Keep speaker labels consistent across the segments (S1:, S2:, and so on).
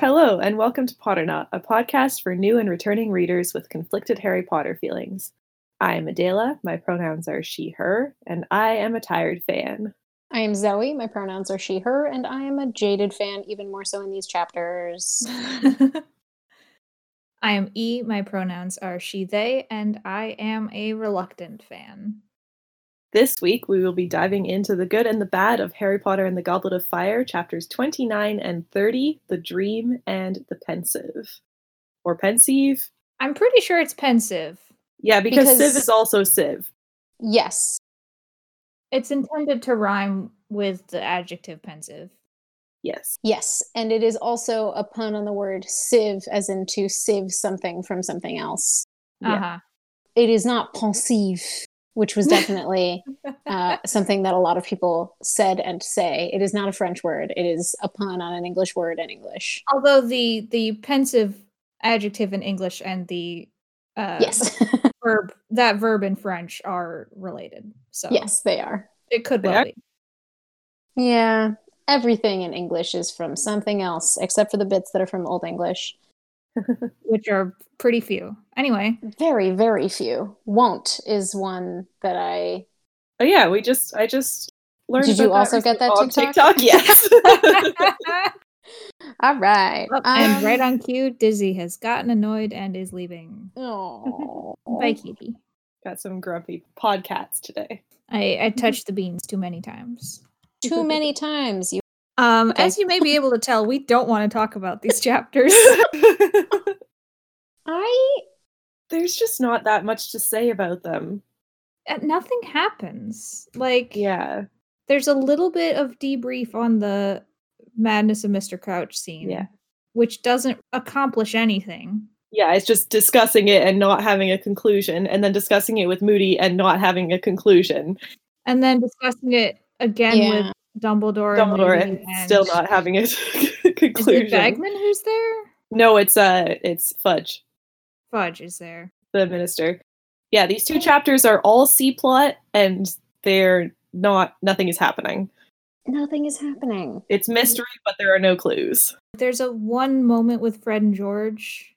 S1: Hello, and welcome to Potternaut, a podcast for new and returning readers with conflicted Harry Potter feelings. I'm Adela, my pronouns are she, her, and I am a tired fan.
S2: I am Zoe. My pronouns are she, her, and I am a jaded fan, even more so in these chapters.
S3: I am E. My pronouns are she, they, and I am a reluctant fan.
S1: This week, we will be diving into the good and the bad of Harry Potter and the Goblet of Fire, chapters 29 and 30, The Dream and The Pensive. Or Pensive?
S3: I'm pretty sure it's pensive.
S1: Yeah, because,
S2: Because-
S1: Civ is also Civ.
S2: yes.
S3: It's intended to rhyme with the adjective pensive.
S1: Yes.
S2: Yes. And it is also a pun on the word sieve, as in to sieve something from something else.
S1: Yeah.
S3: Uh
S2: It is not pensive, which was definitely
S3: huh.
S2: uh, something that a lot of people said and say. It is not a French word, it is a pun on an English word in English.
S3: Although the the pensive adjective in English and the uh,
S2: yes.
S3: verb that verb in French are related. So
S2: yes, they are.
S3: it could
S1: They
S3: well
S1: are.
S3: be.
S2: Yeah, everything in English is from something else, except for the bits that are from Old English.
S3: which are pretty few. Anyway,
S2: Very, very few. Won't is one that I.
S1: Oh, yeah, we just, I just learned
S2: Did
S1: about
S2: you also get that
S1: recently on
S2: TikTok?
S1: TikTok? Yes.
S2: All right.
S3: and Oh, right
S2: um,
S3: on cue, Dizzy has gotten annoyed and is leaving.
S2: aw.
S3: Bye, Katie.
S1: got some grumpy podcasts today.
S3: I,
S2: Mm-hmm.
S3: I touched the beans too many times.
S2: Too many times. You.
S3: Um,
S2: Okay.
S3: As you may be able to tell, we don't want to talk about these chapters.
S2: I.
S1: There's just not that much to say about them.
S3: Uh, Nothing happens. Like,
S1: Yeah.
S3: there's a little bit of debrief on the madness of Mr. Crouch scene,
S1: Yeah.
S3: which doesn't accomplish anything.
S1: Yeah, it's just discussing it and not having a conclusion, and then discussing it with Moody and not having a conclusion.
S3: And then discussing it again
S2: Yeah.
S3: with Dumbledore,
S1: Dumbledore
S3: Moody,
S1: and still
S3: and-
S1: not having a
S3: Is it
S1: conclusion.
S3: Bagman who's there?
S1: no, it's uh it's Fudge,
S3: Fudge is there.
S1: the minister. Yeah, these two chapters are all C plot and they're not nothing is happening.
S2: Nothing is happening.
S1: It's mystery, but there are no clues.
S3: There's a one moment with Fred and George,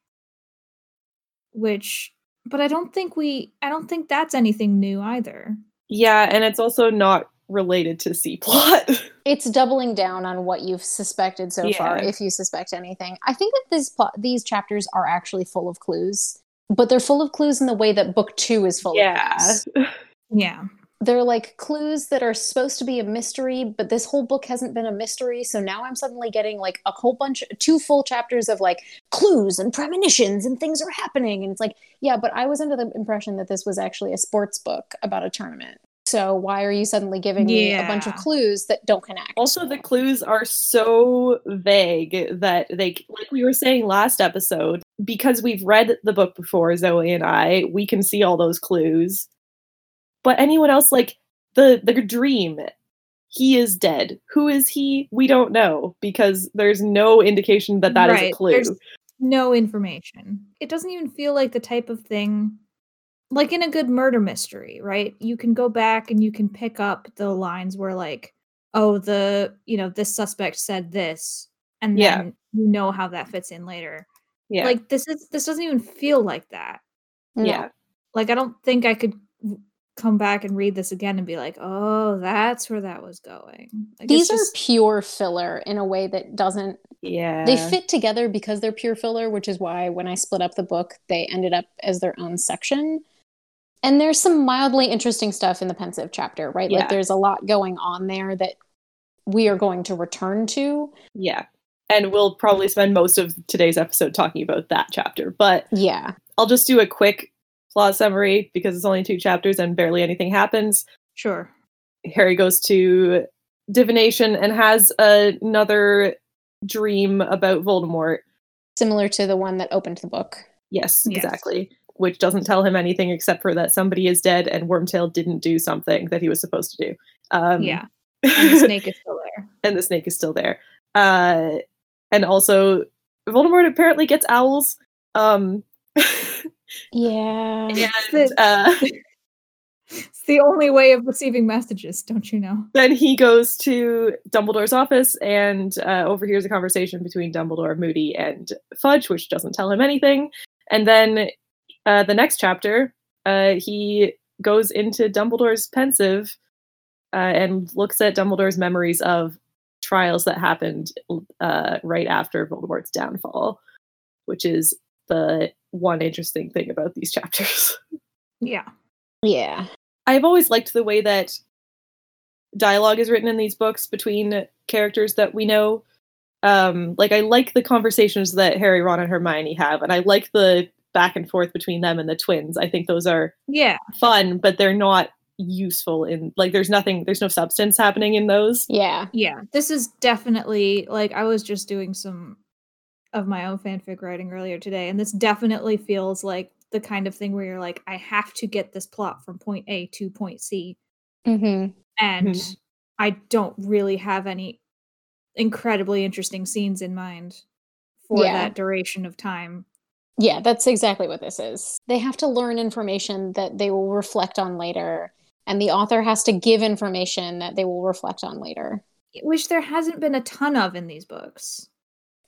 S3: which, but I don't think we, I don't think that's anything new either.
S1: Yeah, and it's also not related to C plot.
S2: It's doubling down on what you've suspected so far,
S1: Yeah.
S2: if you suspect anything. I think that this plot, these chapters are actually full of clues, but they're full of clues in the way that book two is full of
S1: yeah.
S2: clues.
S3: Yeah.
S2: they're like clues that are supposed to be a mystery, but this whole book hasn't been a mystery. So now I'm suddenly getting like a whole bunch, two full chapters of like clues and premonitions and things are happening. And it's like, yeah, but I was under the impression that this was actually a sports book about a tournament. So why are you suddenly giving me a bunch of
S3: Yeah.
S2: clues that don't connect?
S1: Also, the clues are so vague that they, like we were saying last episode, because we've read the book before, Zoe and I, we can see all those clues. But anyone else, like the the dream, he is dead. Who is he? We don't know because there's no indication that that is
S3: Right,
S1: a clue.
S3: there's- No information. It doesn't even feel like the type of thing, like in a good murder mystery, right? You can go back and you can pick up the lines where, like, oh, the, you know, this suspect said this. And
S1: Yeah.
S3: then you know how that fits in later.
S1: Yeah,
S3: Like this is this doesn't even feel like that.
S2: No.
S1: yeah,
S3: like I don't think I could w- come back and read this again and be like, "Oh, that's where that was going." Like, it's
S2: These are
S3: just-
S2: pure filler in a way that doesn't
S1: yeah.
S2: they fit together because they're pure filler which is why when i split up the book they ended up as their own section and there's some mildly interesting stuff in the pensive chapter right
S1: Yeah.
S2: like there's a lot going on there that we are going to return to
S1: yeah, and we'll probably spend most of today's episode talking about that chapter, but.
S2: yeah
S1: I'll just do a quick plot summary because it's only two chapters and barely anything happens.
S3: sure.
S1: Harry goes to divination and has another dream about Voldemort.
S2: similar to the one that opened the book
S1: Yes,
S3: Yes.
S1: exactly. Which doesn't tell him anything except for that somebody is dead and Wormtail didn't do something that he was supposed to do. Um,
S3: yeah, and the snake is still there.
S1: and the snake is still there. Uh, and also, Voldemort apparently gets owls. Um,
S2: yeah
S1: uh, and, uh,
S3: It's the only way of receiving messages, don't you know?
S1: Then he goes to Dumbledore's office and uh, overhears a conversation between Dumbledore, Moody, and Fudge, which doesn't tell him anything. And then uh, the next chapter, uh, he goes into Dumbledore's pensive uh, and looks at Dumbledore's memories of trials that happened uh, right after Voldemort's downfall, which is the one interesting thing about these chapters.
S3: Yeah.
S2: Yeah.
S1: I've always liked the way that dialogue is written in these books between characters that we know. Um, like I like the conversations that Harry, Ron, and Hermione have, and I like the back and forth between them and the twins. I think those are
S3: Yeah.
S1: fun, but they're not useful in like there's nothing there's no substance happening in those.
S2: Yeah.
S3: Yeah. This is definitely like I was just doing some of my own fanfic writing earlier today, and this definitely feels like the kind of thing where you're like, I have to get this plot from point A to point C,
S2: Mm-hmm.
S3: and
S1: Mhm.
S3: I don't really have any incredibly interesting scenes in mind for
S2: Yeah.
S3: that duration of time.
S2: Yeah, that's exactly what this is. They have to learn information that they will reflect on later, and the author has to give information that they will reflect on later.
S3: Which there hasn't been a ton of in these books.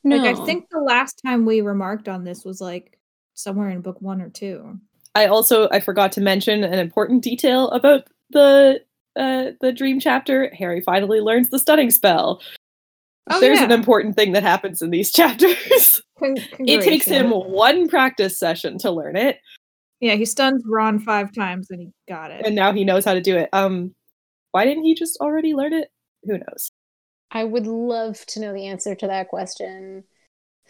S2: No.
S3: Like I think the last time we remarked on this was like somewhere in book one or two.
S1: I also I forgot to mention an important detail about the uh, the dream chapter. Harry finally learns the stunning spell.
S3: Oh,
S1: There's an
S3: yeah.
S1: important thing that happens in these chapters.
S3: Con-
S1: it takes him
S3: congratulations.
S1: one practice session to learn it,
S3: Yeah, he stuns Ron five times and he got it.
S1: and now he knows how to do it. Um, why didn't he just already learn it? Who knows?
S2: I would love to know the answer to that question.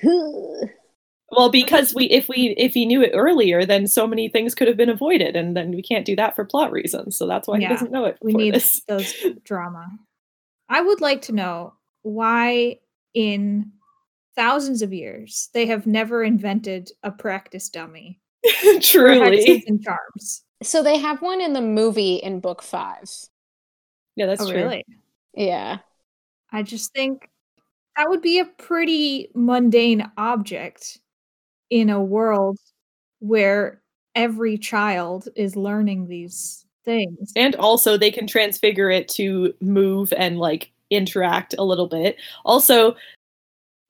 S1: Well, because we if we if he knew it earlier, then so many things could have been avoided, and then we can't do that for plot reasons. So that's why
S3: Yeah.
S1: he doesn't know it.
S3: we
S1: before
S3: need
S1: this.
S3: those drama. I would like to know why in thousands of years they have never invented a practice dummy for hexes
S1: Truly,
S3: and charms.
S2: so they have one in the movie in book five.
S1: yeah, that's
S3: oh,
S1: true.
S3: really?
S2: Yeah.
S3: I just think that would be a pretty mundane object in a world where every child is learning these things.
S1: and also they can transfigure it to move and like interact a little bit also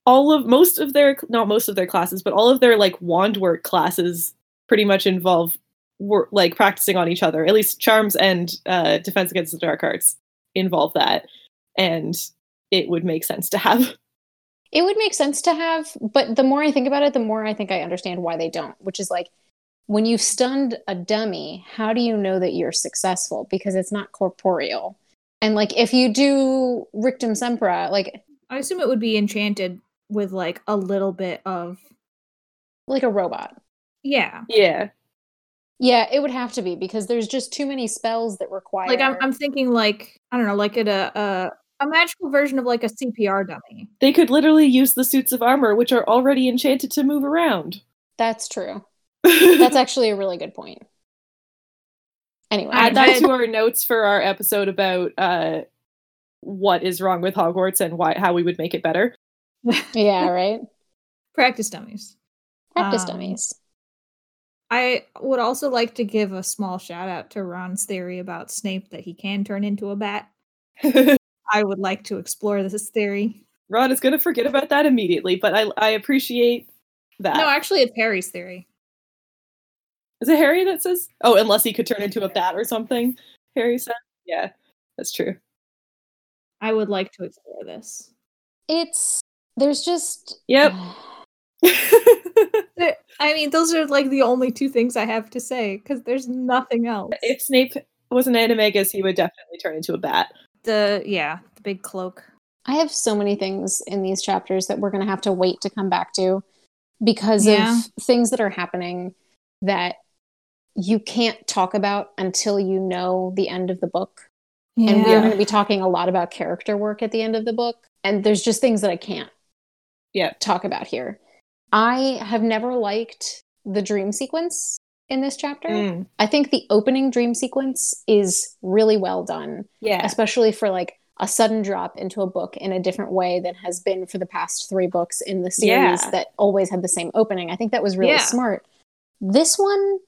S1: all of most of their not most of their classes but all of their like wand work classes pretty much involve work like practicing on each other at least charms and uh, defense against the dark arts involve that and it would make sense to have
S2: It would make sense to have, but the more I think about it, the more I think I understand why they don't, which is like when you've stunned a dummy, how do you know that you're successful? Because it's not corporeal. And like if you do rictum sempra, like
S3: I assume it would be enchanted with like a little bit of
S2: like a robot.
S3: yeah.
S1: yeah
S2: Yeah, it would have to be because there's just too many spells that require
S3: Like I'm I'm thinking like I don't know, like at a a, a magical version of like a CPR dummy.
S1: they could literally use the suits of armor which are already enchanted to move around
S2: That's true. That's actually a really good point. Anyway,
S3: I-
S1: add that
S3: read-
S1: to our notes for our episode about uh, what is wrong with Hogwarts and why how we would make it better.
S2: yeah, right.
S3: Practice dummies.
S2: Practice
S3: Um,
S2: dummies.
S3: I would also like to give a small shout out to Ron's theory about Snape that he can turn into a bat. I would like to explore this theory.
S1: Ron is going to forget about that immediately, but I I appreciate that. Is
S3: No, actually, it's Harry's theory.
S1: it Harry that says? Oh, unless he could turn into a bat or something. Harry said, "Yeah, that's true."
S3: I would like to explore this.
S2: It's there's just
S3: Mm.
S1: Yep.
S3: There- I mean, those are like the only two things I have to say because there's nothing else.
S1: if Snape was an animagus, he would definitely turn into a bat.
S3: the yeah, the big cloak.
S2: I have so many things in these chapters that we're going to have to wait to come back to because
S3: Yeah.
S2: of things that are happening that you can't talk about until you know the end of the book. And we're
S1: Yeah.
S2: going to be talking a lot about character work at the end of the book. And there's just things that I can't
S1: Yeah.
S2: talk about here. I have never liked the dream sequence in this chapter.
S1: Mm,
S2: I think the opening dream sequence is really well done
S1: yeah,
S2: especially for like a sudden drop into a book in a different way than has been for the past three books in the series
S1: Yeah.
S2: that always had the same opening. I think that was really
S3: Yeah.
S2: smart. This one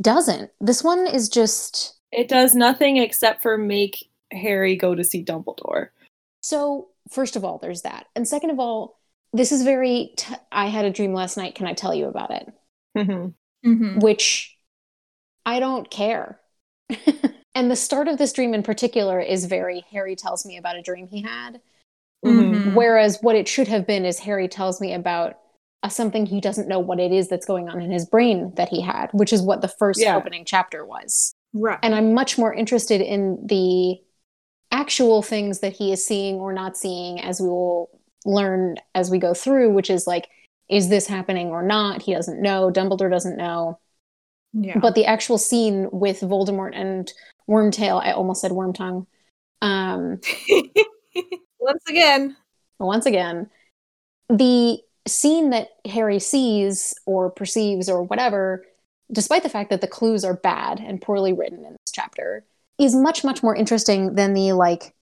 S2: doesn't. This one is just
S1: It does nothing except for make Harry go to see Dumbledore.
S2: So, first of all, there's that. And second of all, this is very t- I had a dream last night, can I tell you about it?
S1: Mhm.
S3: Mm-hmm.
S2: Which I don't care. and the start of this dream in particular is very Harry tells me about a dream he had,
S3: Mm-hmm.
S2: whereas what it should have been is Harry tells me about uh, something he doesn't know what it is that's going on in his brain that he had, which is what the first
S1: Yeah.
S2: opening chapter was.
S3: right.
S2: and I'm much more interested in the actual things that he is seeing or not seeing as we will learn as we go through, which is like, is this happening or not? He doesn't know. Dumbledore doesn't know.
S3: yeah.
S2: But the actual scene with Voldemort and Wormtail, I almost said Wormtongue, um,
S3: Once again,
S2: once again, the scene that Harry sees or perceives or whatever, despite the fact that the clues are bad and poorly written in this chapter, is much, much more interesting than the like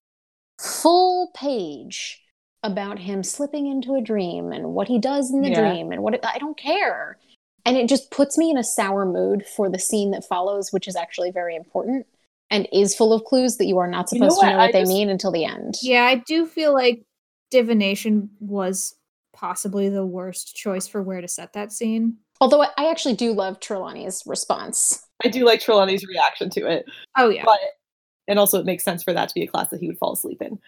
S2: full page about him slipping into a dream and what he does in the
S1: Yeah.
S2: dream and what it, I don't care. And it just puts me in a sour mood for the scene that follows, which is actually very important and is full of clues that you are not
S1: You know
S2: supposed
S1: what?
S2: to know what
S1: I
S2: they
S1: just-
S2: mean until the end.
S3: yeah, I do feel like divination was possibly the worst choice for where to set that scene.
S2: Although I- I actually do love Trelawney's response.
S1: I do like Trelawney's reaction to it,
S3: Oh yeah.
S1: but and also it makes sense for that to be a class that he would fall asleep in.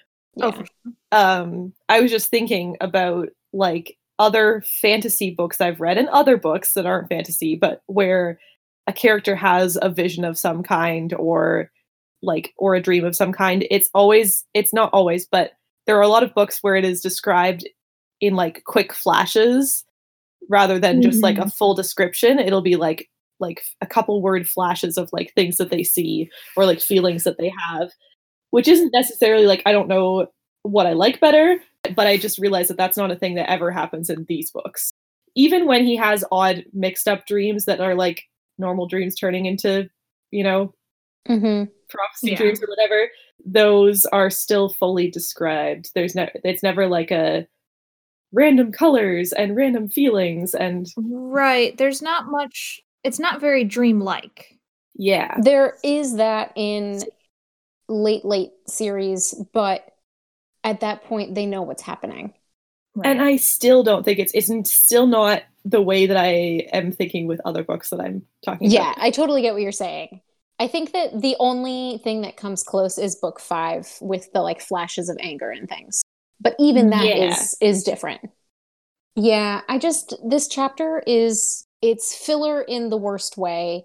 S3: Oh,
S2: Yeah.
S3: for sure.
S1: um i was just thinking about like other fantasy books i've read and other books that aren't fantasy but where a character has a vision of some kind or like or a dream of some kind it's always it's not always but there are a lot of books where it is described in like quick flashes rather than just like a full description it'll be like like a couple word flashes of like things that they see or like feelings that they have which isn't necessarily like i don't know what I like better, but I just realized that that's not a thing that ever happens in these books. Even when he has odd mixed up dreams that are like normal dreams turning into, you know,
S2: Mhm.
S1: prophecy
S3: Yeah.
S1: dreams or whatever, those are still fully described. There's never it's never like a random colors and random feelings and
S3: Right. There's not much. It's not very dreamlike.
S1: yeah.
S2: There is that in late, late series, but at that point, they know what's happening.
S1: And I still don't think it's it's n- still not the way that I am thinking with other books that I'm talking
S2: Yeah,
S1: about.
S2: I totally get what you're saying. I think that the only thing that comes close is book five with the like flashes of anger and things. But even that is
S1: Yeah.
S2: is different. Yeah, I just this chapter is it's filler in the worst way.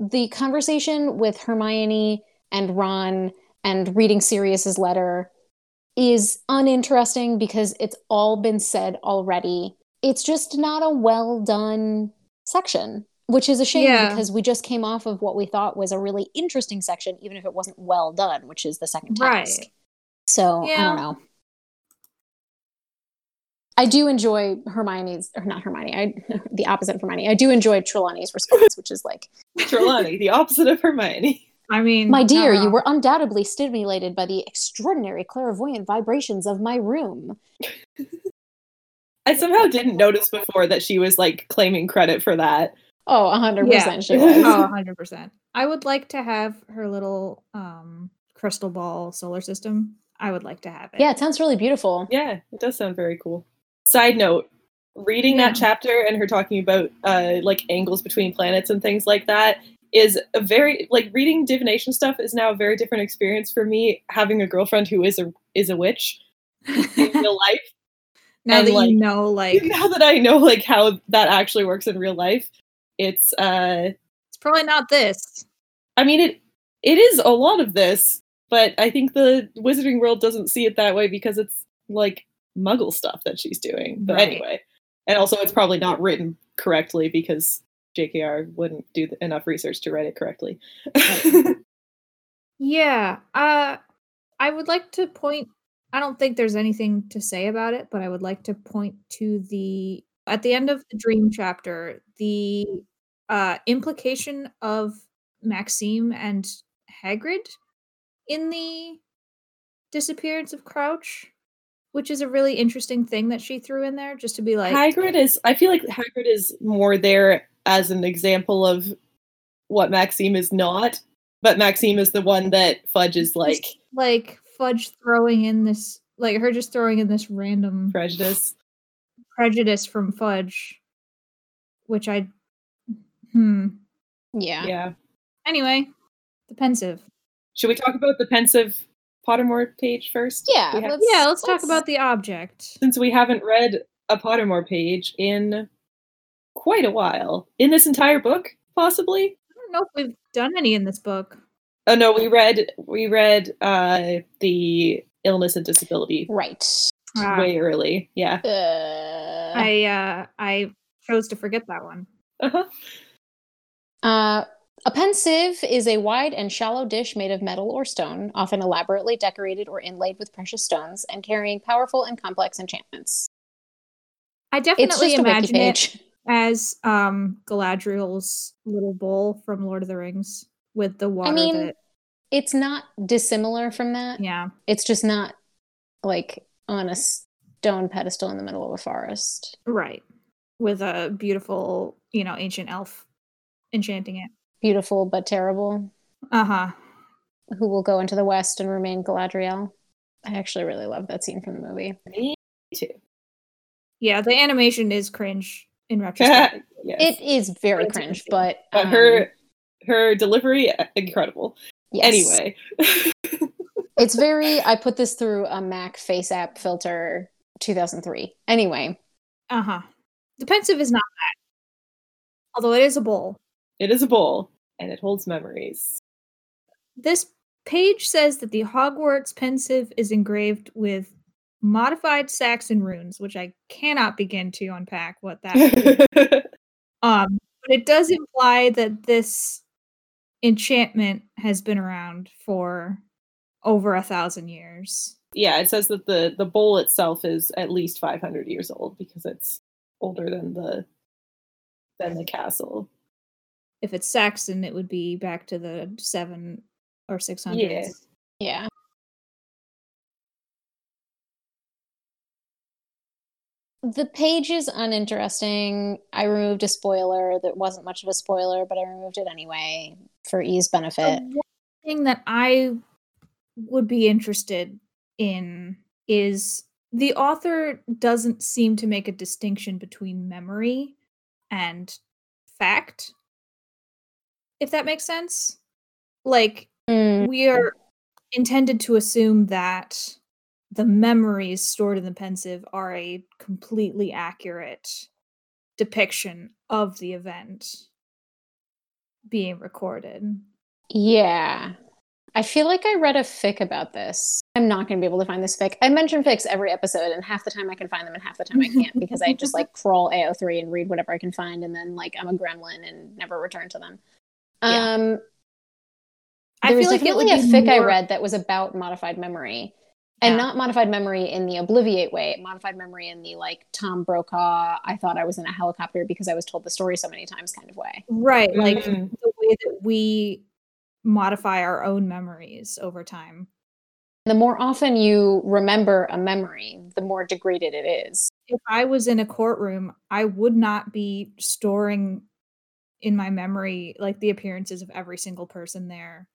S2: The conversation with Hermione and Ron and reading Sirius's letter is uninteresting because it's all been said already. It's just not a well done section, which is a shame
S3: Yeah.
S2: because we just came off of what we thought was a really interesting section, even if it wasn't well done, which is the second
S3: Right.
S2: task. So I
S3: Yeah.
S2: don't know. I do enjoy Hermione's, or not Hermione, I, the opposite of Hermione. I do enjoy Trelawney's response, which is like,
S1: Trelawney, the opposite of Hermione.
S3: I mean,
S2: my
S3: not
S2: dear, you
S3: wrong.
S2: were undoubtedly stimulated by the extraordinary clairvoyant vibrations of my room.
S1: I somehow didn't notice before that she was like claiming credit for that.
S2: Oh, 100% she
S1: Yeah.
S2: was.
S3: Oh, 100 percent. I would like to have her little um crystal ball solar system. I would like to have it.
S2: Yeah, it sounds really beautiful.
S1: Yeah, it does sound very cool. Side note, reading
S3: Yeah.
S1: that chapter and her talking about uh like angles between planets and things like that is a very like reading divination stuff is now a very different experience for me having a girlfriend who is a is a witch in real life.
S3: now
S1: and,
S3: that
S1: like-
S3: you know, like
S1: now that I know like how that actually works in real life, it's uh
S3: it's probably not this.
S1: I mean it it is a lot of this, but I think the wizarding world doesn't see it that way because it's like muggle stuff that she's doing. But
S3: Right.
S1: anyway. And also it's probably not written correctly because JKR wouldn't do th- enough research to write it correctly.
S3: Yeah. Uh I would like to point I don't think there's anything to say about it, but I would like to point to the at the end of the dream chapter, the uh implication of Maxime and Hagrid in the disappearance of Crouch, which is a really interesting thing that she threw in there just to be like
S1: Hagrid is I feel like Hagrid is more there as an example of what Maxime is not, but Maxime is the one that Fudge is like
S3: Just, like Fudge throwing in this, like her just throwing in this random
S1: prejudice.
S3: prejudice from Fudge, which I, hmm.
S2: Yeah.
S1: Yeah.
S3: Anyway, the pensive.
S1: Should we talk about the pensive Pottermore page first?
S2: Yeah.
S1: We have-
S3: Yeah, let's talk about the object.
S1: Since we haven't read a Pottermore page in quite a while, in this entire book, possibly.
S3: I don't know if we've done any in this book.
S1: Oh no, we read we read uh, the illness and disability
S2: right.
S3: Ah,
S1: way early. Yeah.
S2: Uh,
S3: I uh, I chose to forget that one.
S1: Uh-huh.
S2: Uh, a pensieve is a wide and shallow dish made of metal or stone, often elaborately decorated or inlaid with precious stones, and carrying powerful and complex enchantments.
S3: I
S2: It's
S3: definitely
S2: just a wiki
S3: imagine it
S2: page.
S3: as um Galadriel's little bowl from Lord of the Rings with the water.
S2: mean,
S3: that,
S2: It's not dissimilar from that.
S3: yeah,
S2: It's just not like on a stone pedestal in the middle of a forest.
S3: right, with a beautiful you know ancient elf enchanting it.
S2: Beautiful but terrible.
S3: Uh huh.
S2: Who will go into the west and remain Galadriel? I actually really love that scene from the movie.
S1: Me too.
S3: Yeah, the animation is cringe in retrospect.
S1: yes.
S2: It is very
S3: It's
S2: cringe,
S3: interesting.
S2: but,
S1: but
S2: um,
S1: her her delivery uh, incredible.
S2: yes.
S1: Anyway,
S2: It's very. I put this through a Mac Face App filter, 2003. Anyway,
S3: uh huh. The pensive is not that, although it is a bowl.
S1: it is a bowl and it holds memories.
S3: This page says that the Hogwarts pensive is engraved with modified Saxon runes, which I cannot begin to unpack what that Um, but it does imply that this enchantment has been around for over a thousand years.
S1: yeah, it says that the the bowl itself is at least 500 years old because it's older than the than the castle.
S3: If it's Saxon, it would be back to the seven or six hundreds.
S2: yeah. The page is uninteresting. I removed a spoiler that wasn't much of a spoiler, but I removed it anyway for ease benefit.
S3: The one thing that I would be interested in is the author doesn't seem to make a distinction between memory and fact. If that makes sense. Like
S2: Mm,
S3: we are intended to assume that the memories stored in the pensive are a completely accurate depiction of the event being recorded.
S2: Yeah. I feel like I read a fic about this. I'm not going to be able to find this fic. I mention fics every episode, and half the time I can find them, and half the time I can't because I just like crawl AO3 and read whatever I can find, and then like I'm a gremlin and never return to them.
S3: Yeah.
S2: Um,
S3: I
S2: there was
S3: feel like it would
S2: definitely a
S3: be
S2: fic I
S3: more-
S2: read that was about modified memory, and
S3: Yeah.
S2: not modified memory in the Obliviate way, modified memory in the like Tom Brokaw, I thought I was in a helicopter because I was told the story so many times kind of way.
S3: right like
S1: Mm.
S3: the way that we modify our own memories over time.
S2: The more often you remember a memory, the more degraded it is.
S3: If I was in a courtroom, I would not be storing in my memory like the appearances of every single person there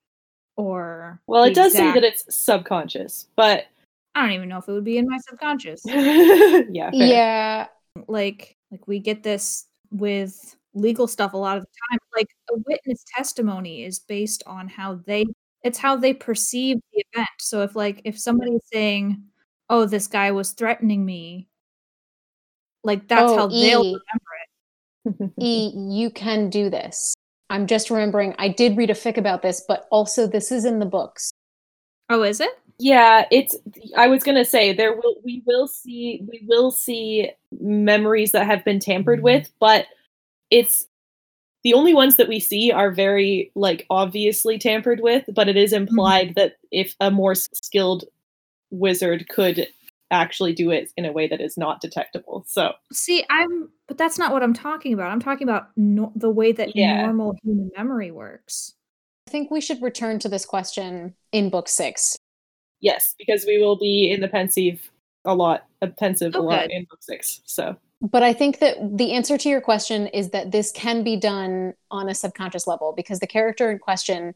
S3: or
S1: Well,
S3: the
S1: it does say that
S3: exact-
S1: it's subconscious, but
S3: I don't even know if it would be in my subconscious.
S1: yeah, fair.
S2: Yeah,
S3: like like we get this with legal stuff a lot of the time like a witness testimony is based on how they it's how they perceive the event so if like if somebody's saying oh this guy was threatening me like that's
S2: Oh,
S3: how they'll
S2: E.
S3: remember it
S2: E, you can do this. I'm just remembering I did read a fic about this, but also this is in the books.
S3: oh is it
S1: Yeah, it's I was going to say there will we will see we will see memories that have been tampered with, but it's the only ones that we see are very like obviously tampered with, but it is implied that if a more s- skilled wizard could actually do it in a way that is not detectable. So,
S3: see i'm but that's not what i'm talking about i'm talking about no, the way that
S1: Yeah.
S3: normal human memory works
S2: I think we should return to this question in book six.
S1: yes, because we will be in the pensive a lot, a pensive a
S3: Oh,
S1: lot
S3: good.
S1: in book 6. So,
S2: But I think that the answer to your question is that this can be done on a subconscious level because the character in question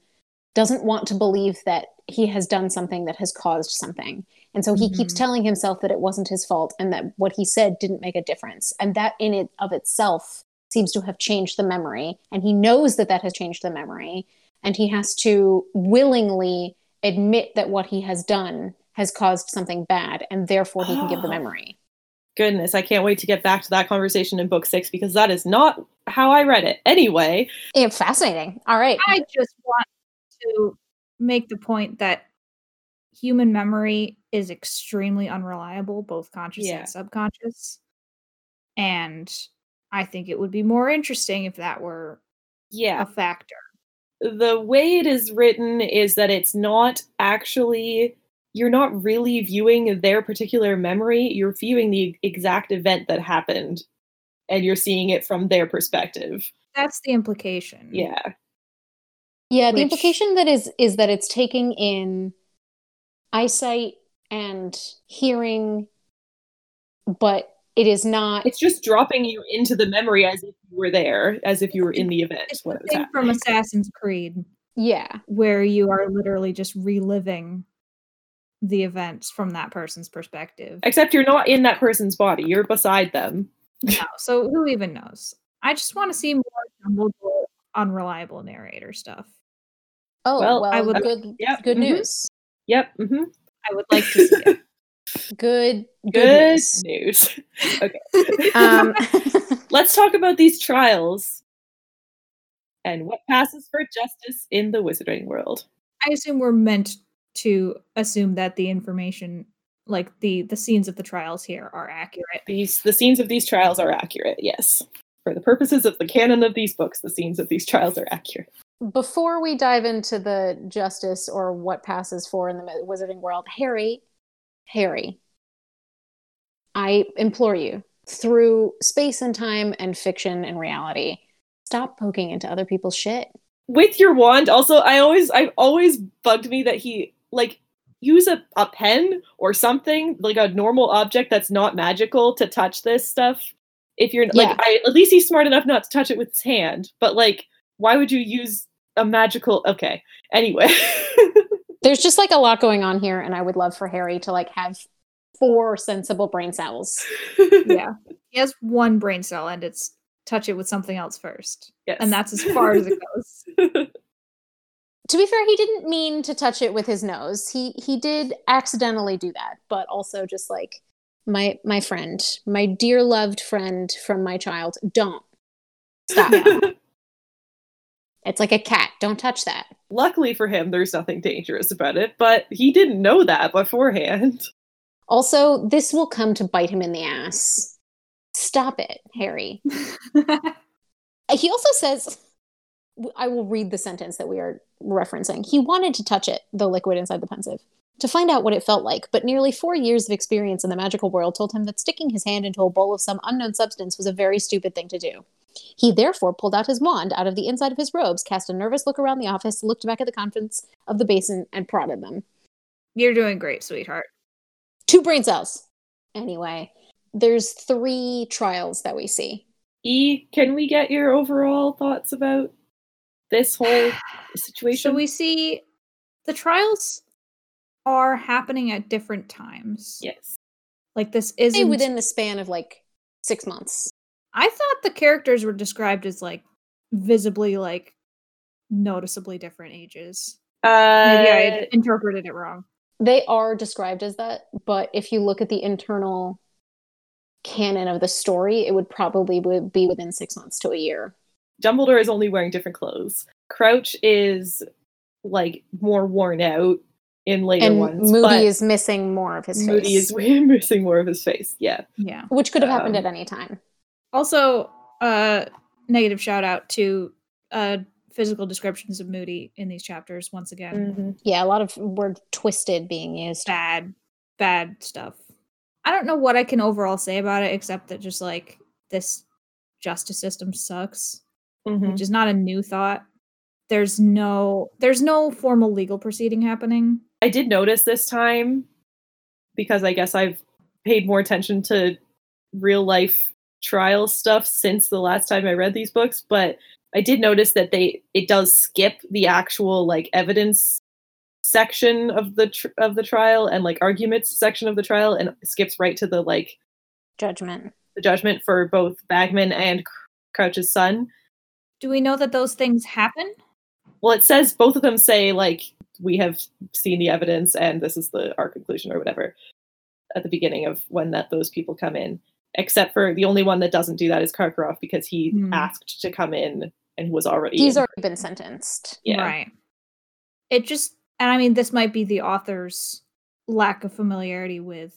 S2: doesn't want to believe that he has done something that has caused something. And so he keeps
S3: Mhm.
S2: telling himself that it wasn't his fault and that what he said didn't make a difference. And that in it of itself seems to have changed the memory. And he knows that that has changed the memory. And he has to willingly admit that what he has done has caused something bad. And therefore he can give the
S1: Oh.
S2: memory.
S1: Goodness, I can't wait to get back to that conversation in book six because that is not how I read it. Anyway,
S2: Yeah, Eh, fascinating. All right.
S3: I just want to make the point that human memory is extremely unreliable, both conscious
S1: Yeah.
S3: and subconscious. And I think it would be more interesting if that were
S1: yeah.
S3: a factor.
S1: the way it is written is that it's not actually you're not really viewing their particular memory you're viewing the exact event that happened and you're seeing it from their perspective
S3: That's the implication.
S1: yeah
S2: Yeah, the
S3: which-
S2: implication that is is that it's taking in eyesight and hearing, but it is not.
S1: it's just dropping you into the memory as if you were there as if you were in the event
S3: It's
S1: when
S3: the
S1: it was
S3: thing
S1: happening.
S3: from Assassin's Creed
S2: Yeah,
S3: where you are literally just reliving the events from that person's perspective.
S1: except you're not in that person's body you're beside them
S3: No, so who even knows? I just want to see more Dumbledore unreliable narrator stuff.
S2: Oh, well,
S1: Well, I would-
S2: good
S1: Yep,
S2: good
S1: mhm.
S2: news.
S1: yep hmm
S3: I would like to see it.
S2: Good good
S1: good
S2: news.
S1: news
S2: Um,
S1: let's talk about these trials and what passes for justice in the wizarding world
S3: I assume we're meant to assume that the information, like the the scenes of the trials here, are accurate.
S1: these the scenes of these trials are accurate yes for the purposes of the canon of these books the scenes of these trials are accurate
S2: before we dive into the justice or what passes for in the mi- wizarding world, Harry, Harry, I implore you through space and time and fiction and reality, stop poking into other people's shit.
S1: with your wand also i always i've always bugged me that he like use a, a pen or something like a normal object that's not magical to touch this stuff if you're
S2: Yeah.
S1: like I, at least he's smart enough not to touch it with his hand but like why would you use a magical okay anyway
S2: There's just like a lot going on here, and I would love for Harry to like have four sensible brain cells.
S3: Yeah, he has one brain cell, and it's touch it with something else first,
S1: yes.
S3: and that's as far as it goes.
S2: To be fair, he didn't mean to touch it with his nose. He he did accidentally do that, but also just like my my friend, my dear loved friend from my child, don't stop. it's like a cat. Don't touch that.
S1: luckily for him there's nothing dangerous about it but he didn't know that beforehand
S2: Also, this will come to bite him in the ass. Stop it, Harry. Uh, He also says w- I will read the sentence that we are referencing. He wanted to touch it, the liquid inside the pensive, to find out what it felt like, but nearly four years of experience in the magical world told him that sticking his hand into a bowl of some unknown substance was a very stupid thing to do. He therefore pulled out his wand out of the inside of his robes, cast a nervous look around the office, looked back at the contents of the basin, and prodded them.
S3: You're doing great, sweetheart.
S2: Two brain cells. Anyway, there's three trials that we see.
S1: e can we get your overall thoughts about this whole situation
S3: So we see the trials are happening at different times.
S1: yes
S3: Like this
S2: Say
S3: isn't
S2: within the span of like six months.
S3: I thought the characters were described as like visibly like noticeably different ages.
S1: uh
S3: Maybe I had interpreted it wrong.
S2: they are described as that but if you look at the internal canon of the story it would probably would be within six months to a year
S1: dumbledore is only wearing different clothes crouch is like more worn out in later
S2: and
S1: ones
S2: moody
S1: but
S2: is missing more of his face
S1: moody is way missing more of his face yeah
S3: Yeah.
S2: which could have happened
S1: um,
S2: at any time
S3: Also, uh negative shout out to uh physical descriptions of Moody in these chapters once
S1: Mm.
S3: again.
S2: yeah a lot of word twisted being used
S3: Bad, bad stuff. I don't know what I can overall say about it except that just like this justice system sucks.
S1: Mhm.
S3: which is not a new thought. There's no there's no formal legal proceeding happening.
S1: I did notice this time because I guess I've paid more attention to real life trial stuff since the last time I read these books, but I did notice that they it does skip the actual like evidence section of the tr- of the trial and like arguments section of the trial and skips right to the like
S2: Judgment.
S1: the judgment for both Bagman and Cr- Crouch's son.
S3: Do we know that those things happen?
S1: Well, it says both of them say like we have seen the evidence and this is the our conclusion or whatever at the beginning of when that those people come in. Except for the only one that doesn't do that is Karkaroff because he
S3: Hmm.
S1: asked to come in and was already
S2: He's
S1: in.
S2: already been sentenced.
S1: yeah.
S3: Right. It just, and I mean, this might be the author's lack of familiarity with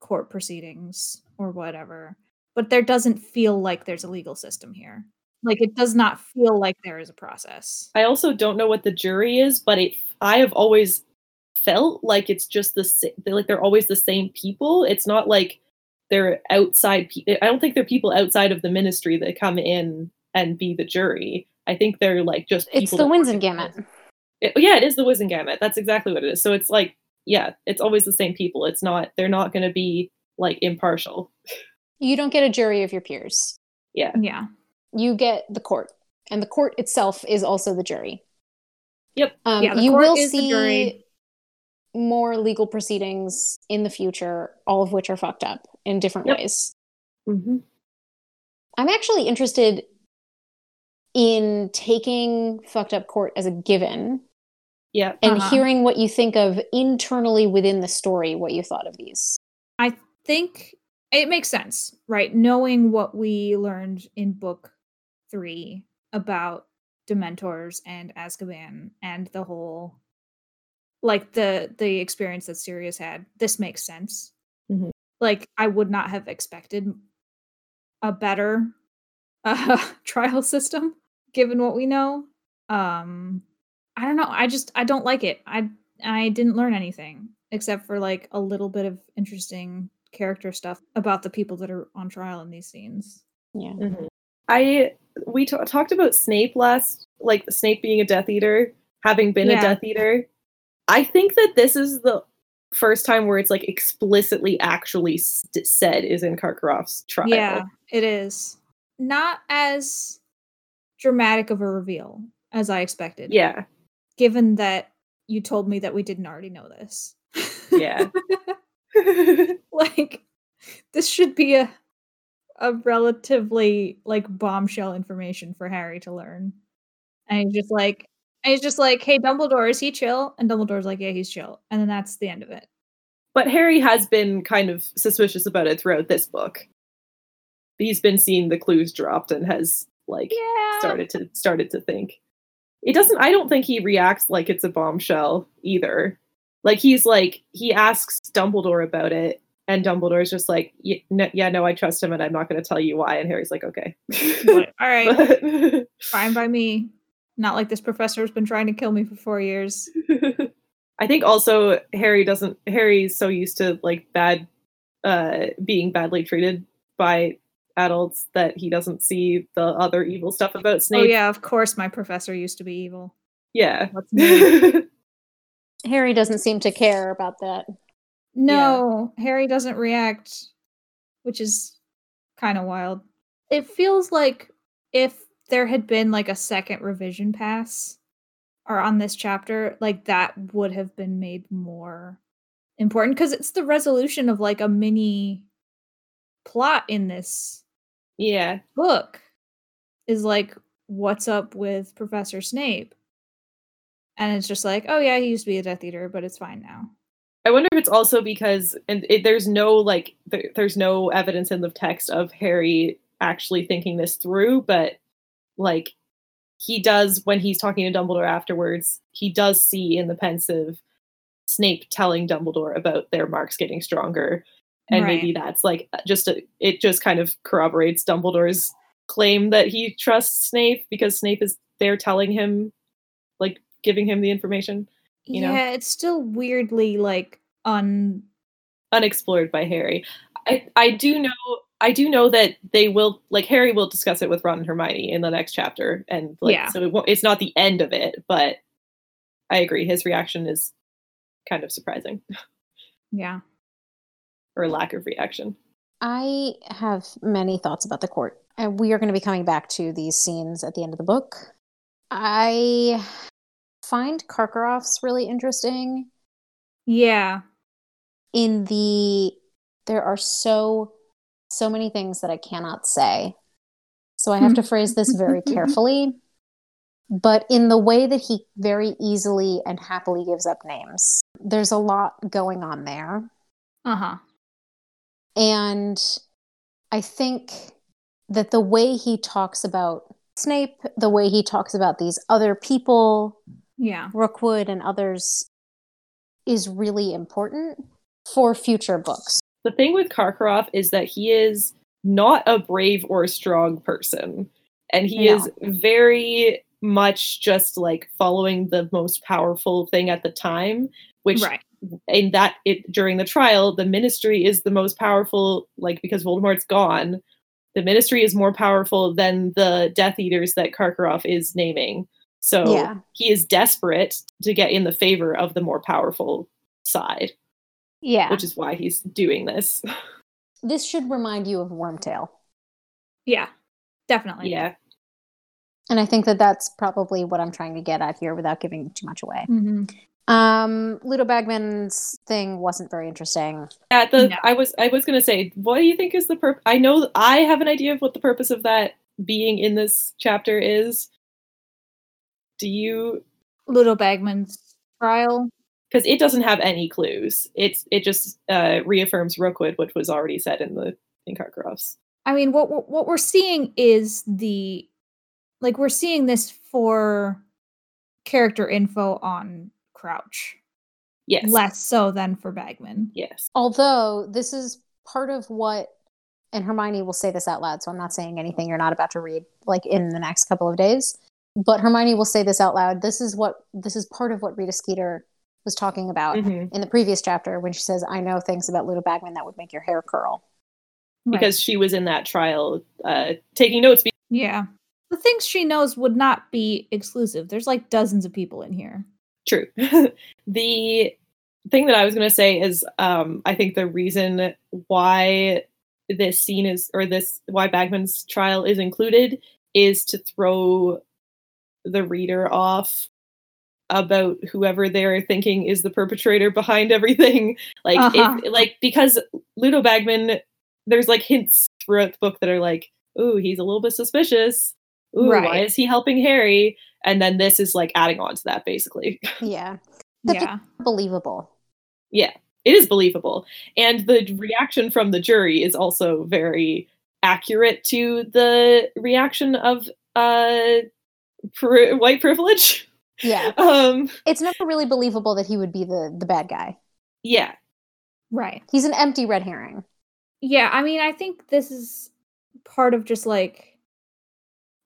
S3: court proceedings or whatever, but there doesn't feel like there's a legal system here. Like, it does not feel like there is a process.
S1: I also don't know what the jury is, but it I have always felt like it's just the sa- they're like they're always the same people. It's not like they're outside. Pe- I don't think they're people outside of the ministry that come in and be the jury. I think they're like just
S2: It's
S1: people
S2: the
S1: that
S2: winds and
S1: work in
S2: gamut.
S1: the- It- yeah, it is the Wizen gamut. That's exactly what it is. So it's like yeah, it's always the same people. It's not they're not going to be like impartial.
S2: You don't get a jury of your peers.
S1: Yeah,
S3: Yeah.
S2: You get the court, and the court itself is also the jury.
S1: Yep.
S2: Um,
S3: Yeah, the
S2: you
S3: court
S2: will
S3: is the
S2: see
S3: jury.
S2: more legal proceedings in the future, all of which are fucked up in different
S1: Yep.
S2: ways.
S1: mm-hmm.
S2: I'm actually interested in taking fucked up court as a given
S1: yeah.
S2: and
S3: Uh-huh.
S2: hearing what you think of internally within the story, what you thought of these.
S3: I think it makes sense, right? Knowing what we learned in book three about Dementors and Azkaban and the whole like the the experience that Sirius had, this makes sense.
S1: Mhm.
S3: Like I would not have expected a better uh, trial system given what we know. Um I don't know. I just I don't like it. I I didn't learn anything except for like a little bit of interesting character stuff about the people that are on trial in these scenes.
S2: Yeah.
S1: Mm-hmm. I we ta talked about Snape last, like Snape being a Death Eater, having been a
S3: Yeah.
S1: Death Eater. I think that this is the first time where it's like explicitly actually st- said is in Karkaroff's trial.
S3: Yeah, it is not as dramatic of a reveal as I expected.
S1: yeah,
S3: given that you told me that we didn't already know this.
S1: yeah.
S3: like this should be a a relatively like bombshell information for Harry to learn. And he's just like and he's just like, hey Dumbledore, is he chill? And Dumbledore's like, yeah, he's chill. And then that's the end of it.
S1: but Harry has been kind of suspicious about it throughout this book. He's been seeing the clues dropped and has like
S3: Yeah.
S1: started to started to think. It doesn't I don't think he reacts like it's a bombshell either. Like he's like he asks Dumbledore about it and Dumbledore's just like "Y- no, yeah no I trust him and I'm not going to tell you why and Harry's like okay.
S3: What- All right,
S1: But-
S3: fine by me. Not like this professor's been trying to kill me for four years.
S1: I think also Harry doesn't Harry's so used to like bad uh being badly treated by adults that he doesn't see the other evil stuff about Snape.
S3: Oh yeah, of course my professor used to be evil.
S1: Yeah.
S3: What's new?
S2: Harry doesn't seem to care about that.
S3: No, Harry doesn't react, which is kind of wild. It feels like if there had been like a second revision pass or on this chapter, like that would have been made more important because it's the resolution of like a mini plot in this
S1: yeah.
S3: book is like what's up with Professor Snape. And it's just like, oh yeah, he used to be a Death Eater, but it's fine now.
S1: I wonder if it's also because and it, there's no like there, there's no evidence in the text of Harry actually thinking this through, but like he does when he's talking to Dumbledore afterwards, he does see in the pensive Snape telling Dumbledore about their marks getting stronger, and
S3: Right.
S1: maybe that's like just a, it just kind of corroborates Dumbledore's claim that he trusts Snape because Snape is there telling him like giving him the information you know?
S3: yeah it's still weirdly like un
S1: unexplored by Harry. I, I do know I do know that they will like Harry will discuss it with Ron and Hermione in the next chapter, and like
S3: Yeah.
S1: so it won't, it's not the end of it, but I agree his reaction is kind of surprising
S3: yeah
S1: or lack of reaction.
S2: I have many thoughts about the court. And we are going to be coming back to these scenes at the end of the book. I find Karkaroff's really interesting
S3: Yeah.
S2: in the there are so so many things that I cannot say. So I have to phrase this very carefully. But in the way that he very easily and happily gives up names, there's a lot going on there.
S3: Uh huh.
S2: And I think that the way he talks about Snape, the way he talks about these other people,
S3: Yeah.
S2: Rookwood and others, is really important for future books.
S1: The thing with Karkaroff is that he is not a brave or strong person. And he
S2: No.
S1: is very much just like following the most powerful thing at the time, which
S3: right.
S1: in that it during the trial, the ministry is the most powerful, like because Voldemort's gone. The ministry is more powerful than the Death Eaters that Karkaroff is naming. So
S2: Yeah.
S1: he is desperate to get in the favor of the more powerful side,
S2: Yeah.
S1: which is why he's doing this.
S2: this should remind you of Wormtail.
S3: Yeah. Definitely.
S1: yeah.
S2: And I think that that's probably what I'm trying to get at here without giving too much away.
S3: hmm
S2: Um, Ludo Bagman's thing wasn't very interesting.
S1: At the
S3: No.
S1: I was I was gonna say, what do you think is the purpose? I know I have an idea of what the purpose of that being in this chapter is. Do you?
S3: Ludo Bagman's trial.
S1: Because it doesn't have any clues. It's it just uh, reaffirms Rookwood, which was already said in the in Karkaroff's.
S3: I mean, what we're- what we're seeing is the, like, we're seeing this for character info on Crouch,
S1: Yes.
S3: less so than for Bagman.
S1: Yes.
S2: Although this is part of what, and Hermione will say this out loud, so I'm not saying anything you're not about to read like in the next couple of days. But Hermione will say this out loud. This is what this is part of what Rita Skeeter was talking about
S1: Mhm.
S2: in the previous chapter when she says, "I know things about Ludo Bagman that would make your hair curl."
S3: Right.
S1: Because she was in that trial uh, taking notes. be-
S3: yeah, the things she knows would not be exclusive. There's like dozens of people in here.
S1: True. the thing that I was going to say is um, I think the reason why this scene is, or this, why Bagman's trial is included is to throw the reader off about whoever they're thinking is the perpetrator behind everything. Like,
S3: Uh-huh.
S1: if, like because Ludo Bagman, there's like hints throughout the book that are like, ooh, he's a little bit suspicious. Ooh, why
S3: Right.
S1: is he helping Harry? And then this is like adding on to that basically.
S2: Yeah, That's
S3: yeah,
S2: believable.
S1: it is believable and the reaction from the jury is also very accurate to the reaction of uh pri- white privilege
S2: Yeah,
S1: um
S2: it's never really believable that he would be the the bad guy.
S1: yeah
S3: right.
S2: He's an empty red herring.
S3: Yeah, I mean, I think this is part of just like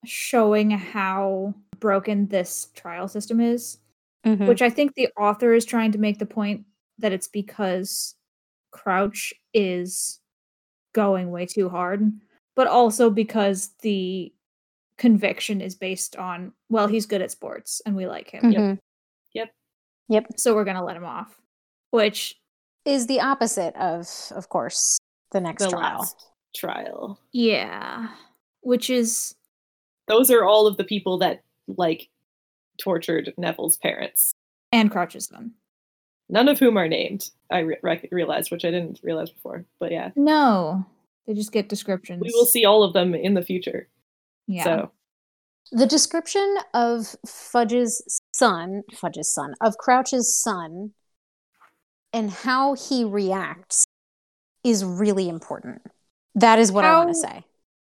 S3: showing how broken this trial system is,
S2: Mm.
S3: which I think the author is trying to make the point that it's because Crouch is going way too hard, but also because the conviction is based on, well, he's good at sports and we like him.
S2: Mhm.
S1: Yep.
S2: Yep.
S3: So we're going to let him off, which,
S2: Is the opposite of, of course, the next
S1: the
S2: trial.
S1: last trial
S3: yeah, which is
S1: those are all of the people that like tortured neville's parents
S3: and Crouch's son.
S1: none of whom are named i re- rec- realized which i didn't realize before but yeah
S3: No, they just get descriptions.
S1: we will see all of them in the future
S3: Yeah.
S1: so
S2: The description of Fudge's son, Fudge's son, of Crouch's son, and how he reacts is really important. That is what I want
S3: How-
S2: to say.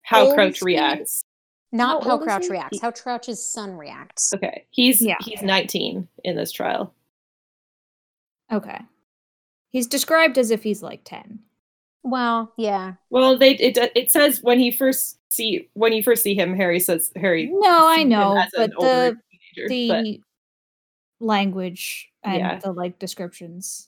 S1: how
S3: Old
S1: crouch
S3: Steve-
S1: reacts
S2: Not
S3: How
S2: how
S3: old is
S2: Crouch
S3: he?
S2: reacts, how Crouch's son reacts.
S1: okay he's
S3: Yeah.
S1: he's 19 in this trial
S3: Okay. He's described as if he's like 10.
S2: Well, yeah.
S1: Well, they it do- it says when he first see when you first see him, Harry says Harry.
S3: No, I
S1: sees him
S3: know,
S1: as an
S3: but
S1: older
S3: the
S1: teenager, but
S3: the language and
S1: Yeah.
S3: the like descriptions.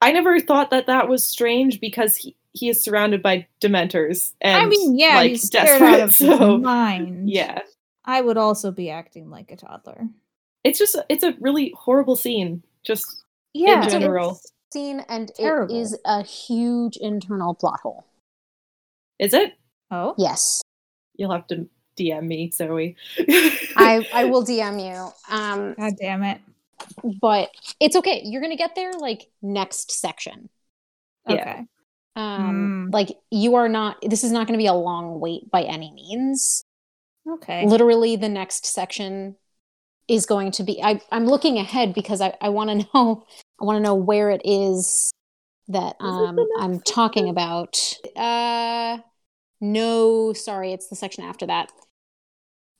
S1: I never thought that that was strange because he he is surrounded by dementors and
S3: I mean, yeah,
S1: like
S3: he's scared out
S1: desperate.
S3: of his
S1: So
S3: mind.
S1: yeah,
S3: I would also be acting like a toddler.
S1: it's just it's a really horrible scene. Just
S3: Yeah.
S2: it's a
S1: general.
S2: Scene and
S3: Terrible.
S2: it is a huge internal plot hole.
S1: is it?
S3: Oh.
S2: Yes.
S1: You'll have to DM me, Zoe.
S2: I, I will DM you. Um,
S3: God damn it.
S2: but it's okay. You're gonna get there like next section.
S1: Yeah.
S3: Okay.
S2: Um, like you are not. This is not gonna be a long wait by any means.
S3: Okay.
S2: Literally, the next section is going to be. I, I'm looking ahead because I, I want to know. I want to know where it is that
S1: the
S2: um,
S1: next
S2: I'm talking about. Uh, no, sorry, it's the section after that.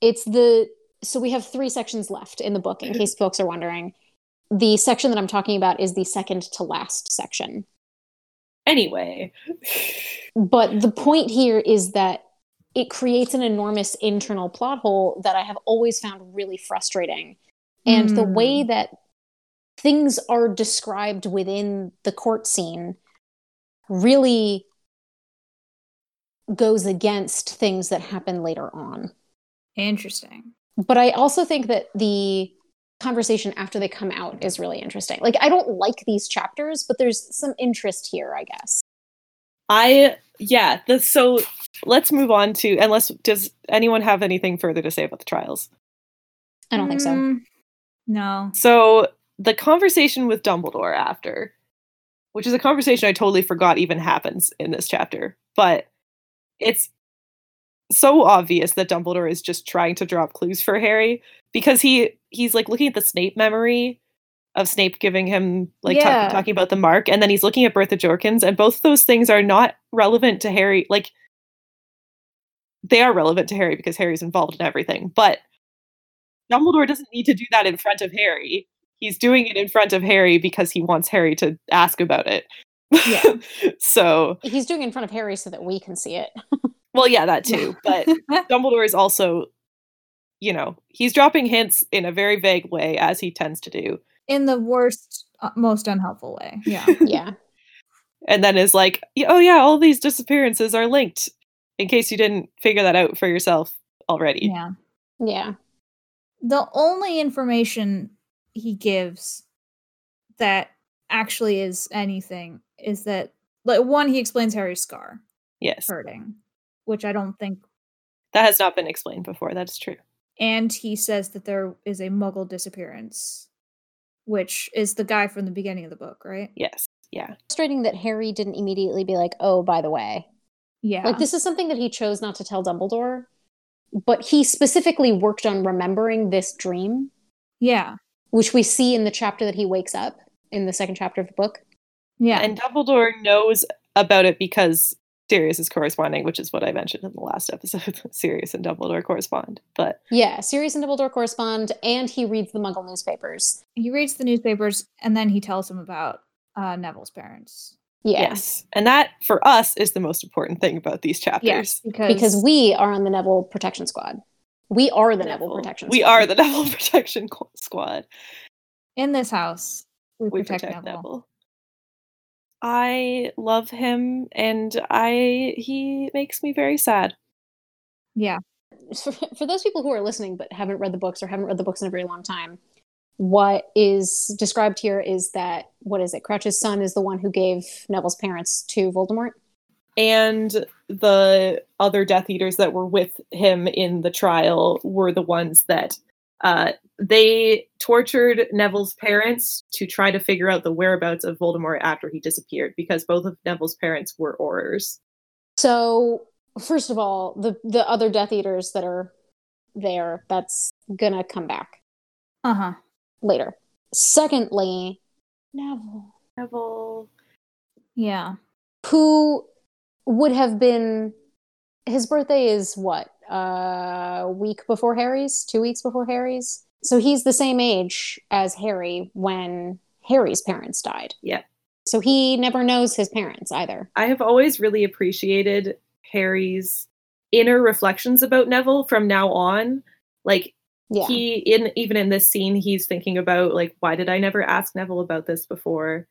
S2: It's the so we have three sections left in the book, in case folks are wondering. The section that I'm talking about is the second to last section.
S1: anyway,
S2: But the point here is that it creates an enormous internal plot hole that I have always found really frustrating. And the
S3: Hmm.
S2: way that things are described within the court scene really goes against things that happen later on.
S3: Interesting.
S2: But I also think that the conversation after they come out is really interesting. Like, I don't like these chapters, but there's some interest here, I guess.
S1: I yeah. The, so let's move on to unless does anyone have anything further to say about the trials?
S2: I don't think so.
S3: Mm, No.
S1: So the conversation with Dumbledore after, which is a conversation I totally forgot even happens in this chapter, but it's so obvious that Dumbledore is just trying to drop clues for Harry because he he's like looking at the Snape memory of Snape giving him like ta-
S3: Yeah.
S1: talking about the mark and then he's looking at Bertha Jorkins and both those things are not relevant to Harry like they are relevant to Harry because Harry's involved in everything but Dumbledore doesn't need to do that in front of Harry. He's doing it in front of Harry because he wants Harry to ask about it.
S3: Yeah.
S1: so,
S2: He's doing it in front of Harry so that we can see it.
S1: well, yeah, that too. But Dumbledore is also, you know, he's dropping hints in a very vague way, as he tends to do.
S3: In the worst, uh, most unhelpful way. Yeah.
S2: Yeah.
S1: And then is like, "Y- oh, yeah, all these disappearances are linked in case you didn't figure that out for yourself already.
S3: yeah.
S2: Yeah.
S3: The only information he gives that actually is anything is that, like, one, he explains Harry's scar
S1: Yes.
S3: hurting, which I don't think
S1: That has not been explained before. That's true.
S3: and he says that there is a muggle disappearance which is the guy from the beginning of the book right
S1: Yes. Yeah.
S2: Frustrating that Harry didn't immediately be like, oh, by the way.
S3: yeah
S2: Like, this is something that he chose not to tell Dumbledore, but he specifically worked on remembering this dream,
S3: yeah
S2: which we see in the chapter that he wakes up in the second chapter of the book.
S3: yeah
S1: And Dumbledore knows about it because Sirius is corresponding, which is what I mentioned in the last episode. Sirius and Dumbledore correspond. But
S2: Yeah, Sirius and Dumbledore correspond, and he reads the Muggle newspapers.
S3: he reads the newspapers and then he tells him about uh, neville's parents
S2: Yeah,
S1: yes. And that for us is the most important thing about these chapters.
S3: because,
S2: because we are on the Neville Protection Squad. We are the Neville,
S1: Neville-
S2: Protection
S1: We
S2: Squad.
S1: are the Neville Protection Qu- Squad.
S3: in this house we,
S1: We
S3: protect,
S1: protect,
S3: neville,
S1: Neville. I love him and I he makes me very sad.
S3: yeah
S2: for, for those people who are listening but haven't read the books or haven't read the books in a very long time, what is described here is that what is it? Crouch's son is the one who gave Neville's parents to Voldemort.
S1: and the other Death Eaters that were with him in the trial were the ones that uh, they tortured Neville's parents to try to figure out the whereabouts of Voldemort after he disappeared, because both of Neville's parents were Aurors.
S2: So first of all, the the other Death Eaters that are there, that's gonna come back
S3: uh-huh
S2: later. Secondly, Neville.
S1: Neville.
S3: yeah
S2: who would have been his birthday is what a week before harry's two weeks before harry's so he's the same age as harry when harry's parents died
S1: Yeah.
S2: so he never knows his parents either
S1: I have always really appreciated Harry's inner reflections about Neville from now on. Like
S2: yeah
S1: he in even in this scene he's thinking about like why did i never ask neville about this before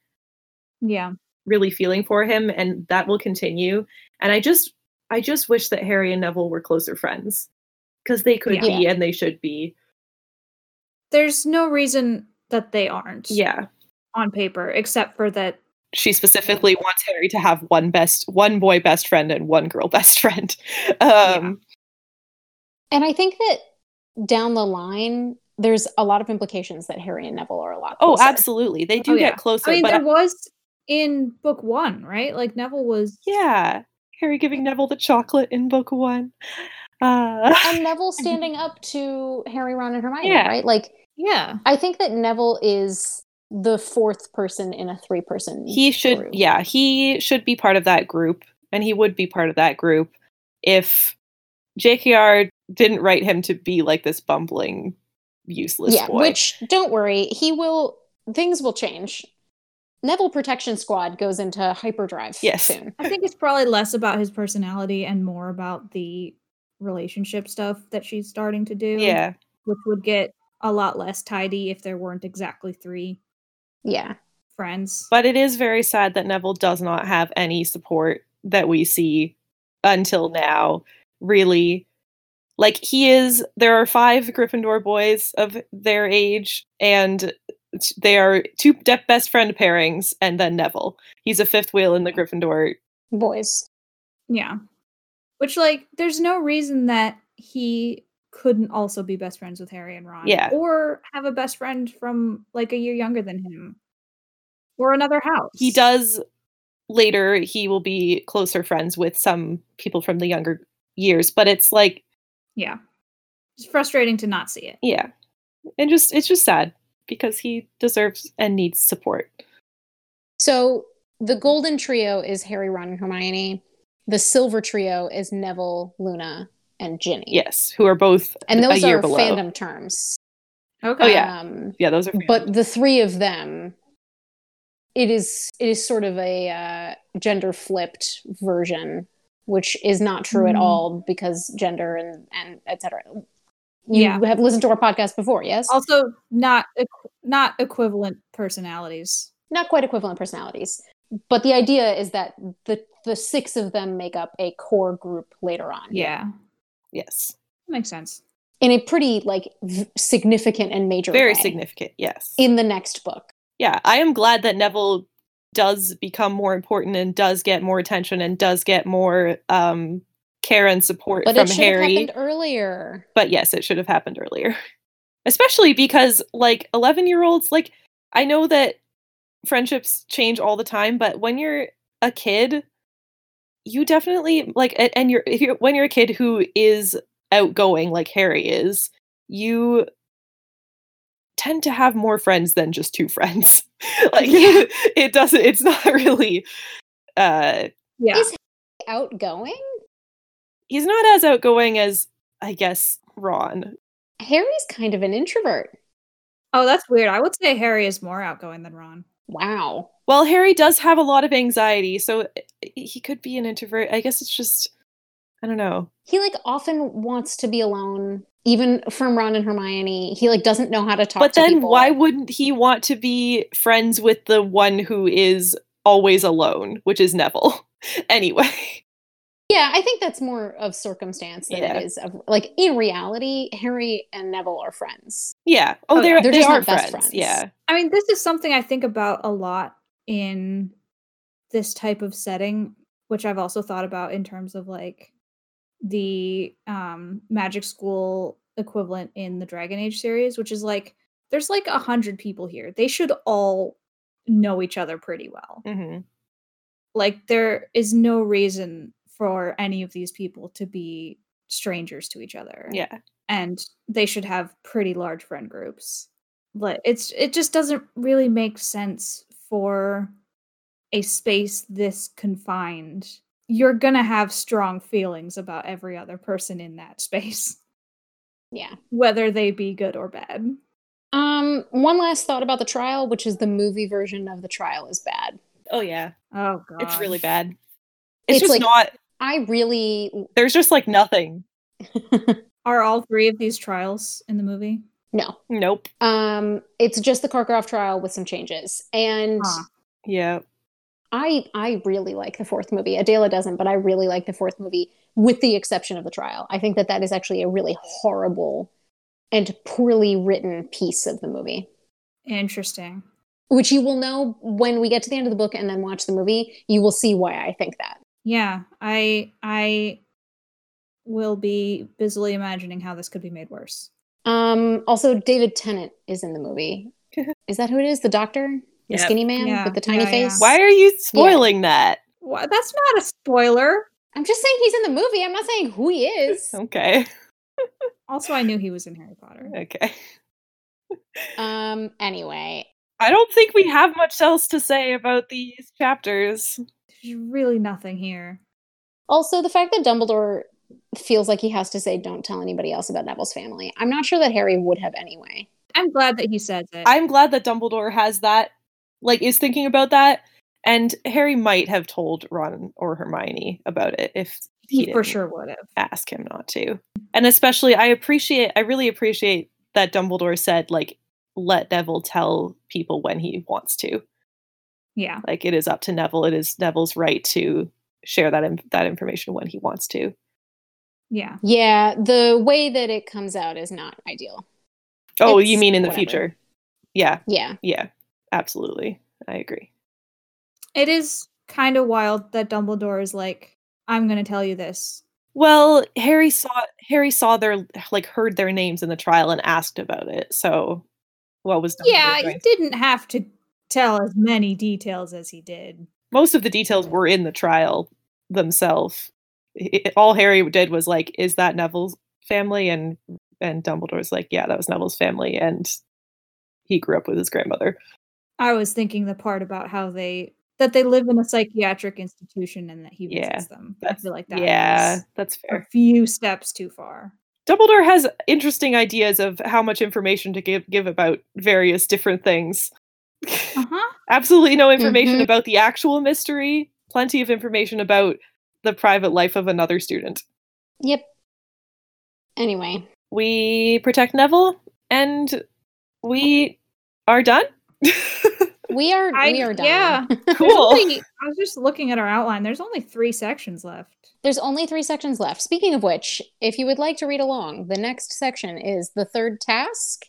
S3: yeah
S1: really feeling for him and that will continue and i just i just wish that harry and neville were closer friends because they could
S3: Yeah.
S1: be and they should be
S3: there's no reason that they aren't
S1: yeah
S3: on paper except for that
S1: she specifically wants harry to have one best one boy best friend and one girl best friend um
S2: And I think that down the line, there's a lot of implications that Harry and Neville are a lot.
S1: Oh,
S2: closer.
S1: absolutely. They do
S3: Oh, yeah.
S1: get closer.
S3: I mean,
S1: but
S3: there was in book one, right? Like Neville was.
S1: yeah, Harry giving Neville the chocolate in book one. Uh,
S2: And Neville standing up to Harry, Ron, and Hermione,
S1: Yeah.
S2: right? Like,
S3: Yeah.
S2: I think that Neville is the fourth person in a three person.
S1: he should
S2: group.
S1: yeah he should be part of that group and he would be part of that group if jkr didn't write him to be like this bumbling useless
S2: yeah,
S1: boy
S2: which don't worry, he will. Things will change. Neville Protection Squad goes into hyperdrive
S1: Yes.
S2: soon.
S3: I think it's probably less about his personality and more about the relationship stuff that she's starting to do.
S1: yeah
S3: Which would get a lot less tidy if there weren't exactly three
S2: Yeah,
S3: friends.
S1: but it is very sad that neville does not have any support that we see until now really like he is there are five gryffindor boys of their age and t- they are two de- best friend pairings and then neville he's a fifth wheel in the gryffindor
S2: boys.
S3: yeah. Which, like, there's no reason that he couldn't also be best friends with Harry and Ron.
S1: Yeah.
S3: Or have a best friend from like a year younger than him or another house.
S1: he does later he will be closer friends with some people from the younger years but it's like
S3: Yeah. It's frustrating to not see it.
S1: yeah and just it's just sad because he deserves and needs support
S2: So the golden trio is Harry, Ron, and Hermione. The silver trio is Neville, Luna, and Ginny.
S1: yes who are both
S2: and those
S1: a year
S2: are
S1: below.
S2: fandom terms.
S3: Okay.
S1: Oh, yeah.
S2: Um,
S1: yeah those are
S2: but the three of them, it is it is sort of a uh, gender flipped version, which is not true at
S3: Mm.
S2: all because gender and and etc. You
S3: Yeah.
S2: have listened to our podcast before, yes?
S3: Also, not equ- not equivalent personalities.
S2: not quite equivalent personalities, but the idea is that the the six of them make up a core group later on.
S3: Yeah,
S1: yes
S3: makes sense.
S2: in a pretty like v- significant and major
S1: very
S2: way
S1: significant yes
S2: in the next book.
S1: yeah i am glad that neville does become more important and does get more attention and does get more um care and support
S2: But
S1: from
S2: it should have
S1: harry
S2: happened earlier.
S1: but yes it should have happened earlier especially because like 11 year olds like i know that friendships change all the time but when you're a kid you definitely like a- and you're if you're when you're a kid who is outgoing like harry is you tend to have more friends than just two friends like
S2: Yeah.
S1: it doesn't it's not really uh
S3: Yeah,
S2: Is- Outgoing?
S1: he's not as outgoing as i guess ron
S2: Harry's kind of an introvert.
S3: oh, that's weird. I would say Harry is more outgoing than Ron.
S2: Wow.
S1: Well, Harry does have a lot of anxiety, so i- he could be an introvert. I guess it's just I don't know.
S2: He like often wants to be alone, even from Ron and Hermione. He like doesn't know how to talk
S1: but
S2: to
S1: then
S2: people.
S1: why wouldn't he want to be friends with the one who is always alone, which is Neville? anyway.
S2: Yeah, I think that's more of circumstance than
S1: Yeah.
S2: it is of like in reality, Harry and Neville are friends.
S1: Yeah. Oh,
S3: Oh,
S1: they're,
S3: yeah.
S2: They're
S1: they
S2: just
S1: are
S2: not best
S1: friends.
S2: friends.
S1: Yeah.
S3: I mean, this is something I think about a lot in this type of setting, which I've also thought about in terms of like the um, magic school equivalent in the Dragon Age series, which is like there's like a hundred people here. They should all know each other pretty well.
S1: hmm
S3: like there is no reason for any of these people to be strangers to each other
S1: Yeah.
S3: and they should have pretty large friend groups like it's it just doesn't really make sense for a space this confined you're gonna have strong feelings about every other person in that space
S2: Yeah.
S3: whether they be good or bad
S2: Um, one last thought about the trial, which is the movie version of the trial is bad.
S1: Oh yeah.
S3: oh god
S1: It's really bad. It's,
S2: Um, It's
S1: just
S2: like-
S1: not
S2: I really
S1: there's just like nothing.
S3: are all three of these trials in the movie
S2: no.
S1: Nope.
S2: Um, it's just the Karkaroff trial with some changes. And
S3: Huh.
S1: Yeah.
S2: I I really like the fourth movie. Adela doesn't, but I really like the fourth movie with the exception of the trial. I think that that is actually a really horrible and poorly written piece of the movie,
S3: interesting
S2: which you will know when we get to the end of the book and then watch the movie. You will see why I think that.
S3: Yeah, I I will be busily imagining how this could be made worse.
S2: Um, also, David Tennant is in the movie. is that who it is? The doctor? The
S1: Yep.
S2: skinny man
S3: Yeah,
S2: with the tiny
S3: yeah, yeah.
S2: face?
S1: Why are you spoiling that?
S3: Wha That's not a spoiler.
S2: I'm just saying he's in the movie. I'm not saying who he is.
S1: Okay.
S3: Also, I knew he was in Harry Potter.
S1: Okay.
S2: Um, anyway.
S1: I don't think we have much else to say about these chapters.
S3: There's really nothing here.
S2: Also, the fact that Dumbledore feels like he has to say, don't tell anybody else about Neville's family. I'm not sure that Harry would have anyway.
S3: I'm glad that he says it.
S1: I'm glad that Dumbledore has that, like, is thinking about that. And Harry might have told Ron or Hermione about it if he,
S3: he for
S1: didn't
S3: sure would have.
S1: ask him not to. And especially, I appreciate, I really appreciate that Dumbledore said, like, let Neville tell people when he wants to.
S3: Yeah.
S1: Like, it is up to Neville. It is Neville's right to share that in- that information when he wants to.
S3: Yeah.
S2: Yeah, the way that it comes out is not ideal.
S1: Oh, you
S2: It's-
S1: mean in the
S2: whatever.
S1: future? Yeah,
S2: Yeah.
S1: yeah, absolutely. I agree.
S3: It is kind of wild that Dumbledore is like, I'm going to tell you this.
S1: Well, Harry
S3: Mm.
S1: saw Harry saw their like heard their names in the trial and asked about it. So, what was Dumbledore
S3: Yeah,
S1: doing?
S3: he didn't have to tell as many details as he did.
S1: most of the details were in the trial themselves. I- I- all Harry did was like, "Is that Neville's family?" and and Dumbledore's like, "Yeah, that was Neville's family," and he grew up with his grandmother.
S3: I was thinking the part about how they that they live in a psychiatric institution and that he visits
S1: Yeah,
S3: them. I
S1: That's
S3: feel like that
S1: yeah,
S3: was
S1: that's
S3: a
S1: fair.
S3: few steps too far.
S1: Dumbledore has interesting ideas of how much information to give give about various different things.
S3: Uh-huh.
S1: Absolutely no information
S3: Mm-hmm.
S2: Mhm.
S1: about the actual mystery. Plenty of information about the private life of another student.
S2: Yep. Anyway.
S1: we protect Neville and we are done.
S2: We are
S3: I-
S2: we are done.
S3: yeah. Oh. There's
S1: cool.
S3: only- I was just looking at our outline. There's only three sections left.
S2: There's only three sections left. Speaking of which, if you would like to read along, the next section is the third task,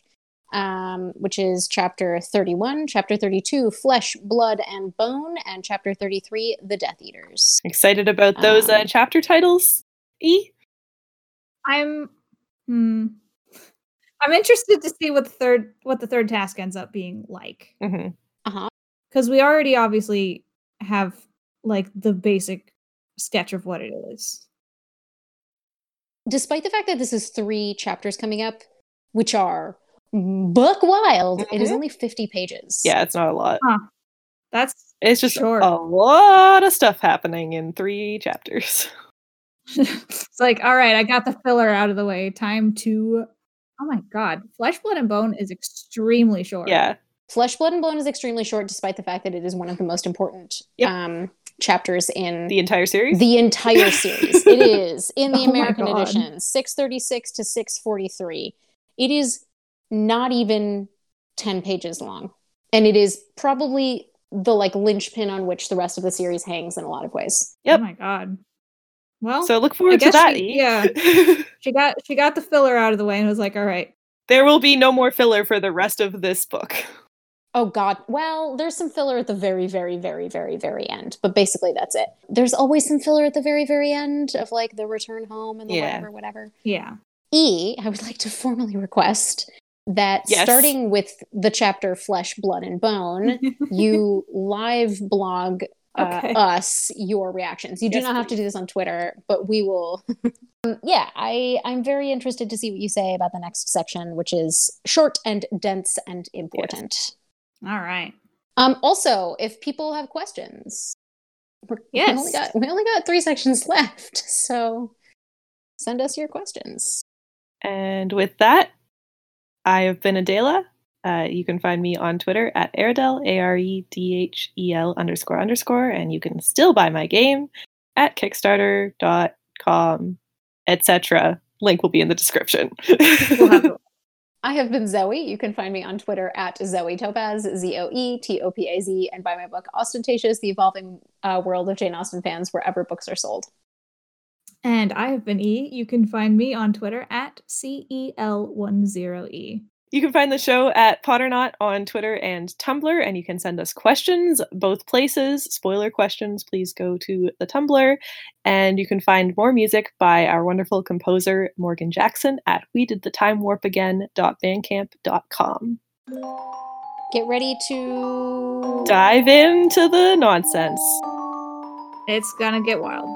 S2: um, which is chapter 31, chapter 32, Flesh, Blood, and Bone, and chapter 33, The Death Eaters.
S1: Excited about those uh,
S2: Um,
S1: chapter titles? E?
S3: I'm hmm. I'm interested to see what the third what the third task ends up being like.
S1: hmm
S3: Because we already obviously have like the basic sketch of what it is.
S2: Despite the fact that this is three chapters coming up, which are book wild, it is
S1: Mhm.
S2: only 50 pages.
S1: Yeah, it's not a lot.
S3: That's
S1: It's just
S3: Sure.
S1: a lot of stuff happening in three chapters.
S3: it's like, all right, I got the filler out of the way. Time to, oh my god, flesh, blood, and bone is extremely short. Oh
S1: Yeah.
S2: Flesh, Blood, and Bone is extremely short, despite the fact that it is one of the most important
S1: Yep.
S2: um, chapters in
S1: The entire series?
S2: the entire series. it is in the
S3: Oh my
S2: American
S3: God.
S2: edition, 636 to 643. It is not even 10 pages long. And it is probably the like linchpin on which the rest of the series hangs in a lot of ways.
S1: Yep.
S3: Oh my god. Well,
S1: so look forward to
S3: guess
S1: that,
S3: we-
S1: E.
S3: yeah. she got she got the filler out of the way and was like, all right,
S1: there will be no more filler for the rest of this book.
S2: Oh god. Well, there's some filler at the very very very very very end, but basically that's it. There's always some filler at the very very end of like the return home and the
S1: Yeah.
S2: whatever whatever.
S3: yeah,
S2: E, I would like to formally request that
S1: Yes.
S2: starting with the chapter Flesh, Blood, and Bone, you live blog uh,
S3: Okay.
S2: us your reactions. You do
S1: Yes,
S2: not have to do this on Twitter, but we will. Um, yeah, I, I'm very interested to see what you say about the next section, which is short and dense and important.
S3: all right.
S2: Um, also, if people have questions, we're, we, only
S3: Yes.
S2: got, we only got three sections left. So send us your questions.
S1: And with that, I have been Adela. Uh, you can find me on Twitter at Aredel, A R E D H E L underscore underscore, and you can still buy my game at Kickstarter.com, etc. Link will be in the description.
S3: We'll have the-
S2: I have been Zoe. You can find me on Twitter at Zoe Topaz, Z O E T O P A Z, and buy my book, Ostentatious The Evolving uh, World of Jane Austen Fans, wherever books are sold.
S3: E and I have been E. You can find me on Twitter at cel10e.
S1: You can find the show at Potternaut on Twitter and Tumblr, and you can send us questions both places. Spoiler questions, please go to the Tumblr. And you can find more music by our wonderful composer, Morgan Jackson, at we did the time warp again.bandcamp.com.
S2: Get ready to
S1: Dive into the nonsense.
S3: It's gonna get wild.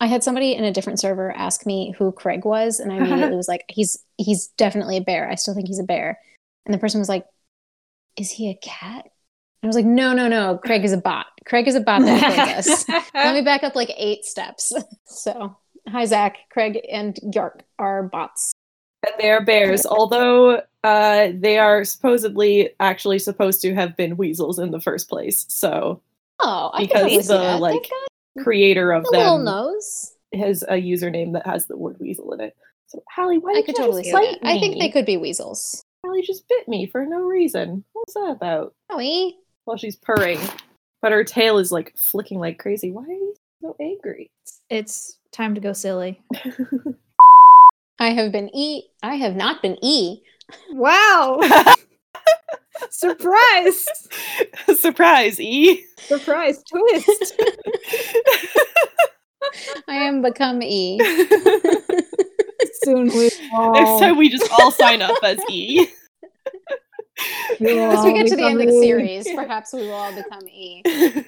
S2: I had somebody in a different server ask me who Craig was, and I immediately was like, "He's he's definitely a bear. I still think he's a bear." And the person was like, "Is he a cat?" And I was like, "No, no, no. Craig is a bot. Craig is a bot that played us. Let me back up like eight steps." So, hi Zach, Craig, and York are bots.
S1: And they are bears, although uh, they are supposedly actually supposed to have been weasels in the first place. So
S2: Oh, I
S1: Because
S2: because totally see
S1: the,
S2: that. They've
S1: like,
S2: got
S1: creator of
S2: a little
S1: them
S2: nose.
S1: has a username that has the word weasel in it. So Hallie, why
S2: I
S1: did
S2: could
S1: you
S2: totally see
S1: just bite
S2: that. I think they
S1: me?
S2: could be weasels.
S1: Hallie just bit me for no reason. What's that about?
S2: Howie.
S1: Well, she's purring, but her tail is like flicking like crazy. Why are you so angry?
S3: It's- It's time to go silly.
S2: I have been E. I have not been E.
S3: Wow! Surprise!
S1: Surprise, E.
S3: Surprise twist!
S2: I am become E.
S1: Next
S3: Soon we
S2: Oh.
S3: all.
S1: time we just all sign up as E.
S3: we will
S2: As we
S3: all
S2: get to the end
S3: become
S2: of the
S3: E.
S2: series, perhaps we will all become E.